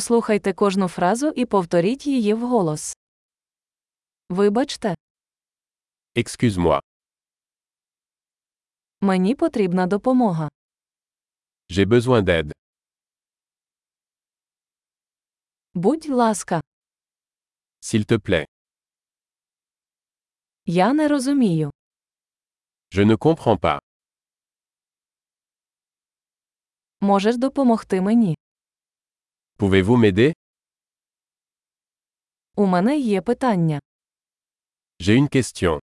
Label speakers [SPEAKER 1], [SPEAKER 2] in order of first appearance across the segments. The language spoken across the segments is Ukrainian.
[SPEAKER 1] Послухайте кожну фразу і повторіть її вголос. Вибачте,
[SPEAKER 2] Excuse-moi,
[SPEAKER 1] мені потрібна допомога.
[SPEAKER 2] j'ai besoin d'aide.
[SPEAKER 1] Будь ласка,
[SPEAKER 2] S'il te plaît.
[SPEAKER 1] я не розумію.
[SPEAKER 2] Je ne comprends pas.
[SPEAKER 1] Можеш допомогти мені?
[SPEAKER 2] Pouvez-vous m'aider
[SPEAKER 1] У мене є питання.
[SPEAKER 2] J'ai une question.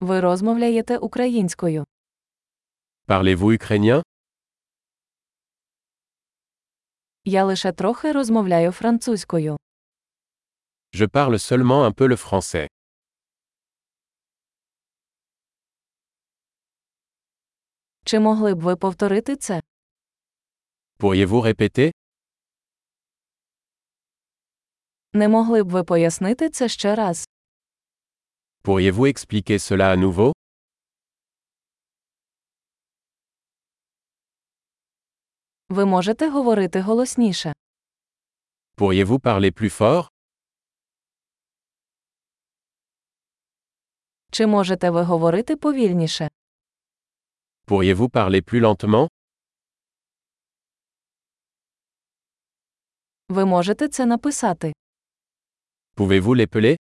[SPEAKER 1] Ви розмовляєте українською.
[SPEAKER 2] Parlez-vous ukrainien
[SPEAKER 1] Я лише трохи розмовляю французькою.
[SPEAKER 2] Je parle seulement un peu le français.
[SPEAKER 1] Чи могли б ви повторити це?
[SPEAKER 2] Pourriez-vous répéter
[SPEAKER 1] Не могли б ви пояснити це ще раз?
[SPEAKER 2] Pourriez-vous expliquer cela à nouveau
[SPEAKER 1] Ви можете говорити голосніше.
[SPEAKER 2] Pourriez-vous parler plus fort
[SPEAKER 1] Чи можете ви говорити повільніше?
[SPEAKER 2] Pourriez-vous parler plus lentement
[SPEAKER 1] Ви можете це написати.
[SPEAKER 2] Pouvez-vous l'épeler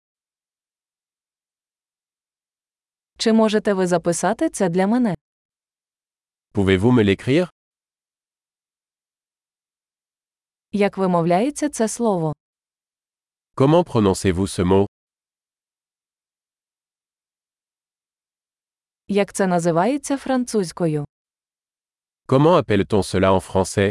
[SPEAKER 1] Чи можете ви записати це для мене?
[SPEAKER 2] Pouvez-vous me l'écrire
[SPEAKER 1] Як вимовляється це слово?
[SPEAKER 2] Comment prononcez-vous ce mot
[SPEAKER 1] Як це називається французькою?
[SPEAKER 2] Comment appelle-t-on cela en français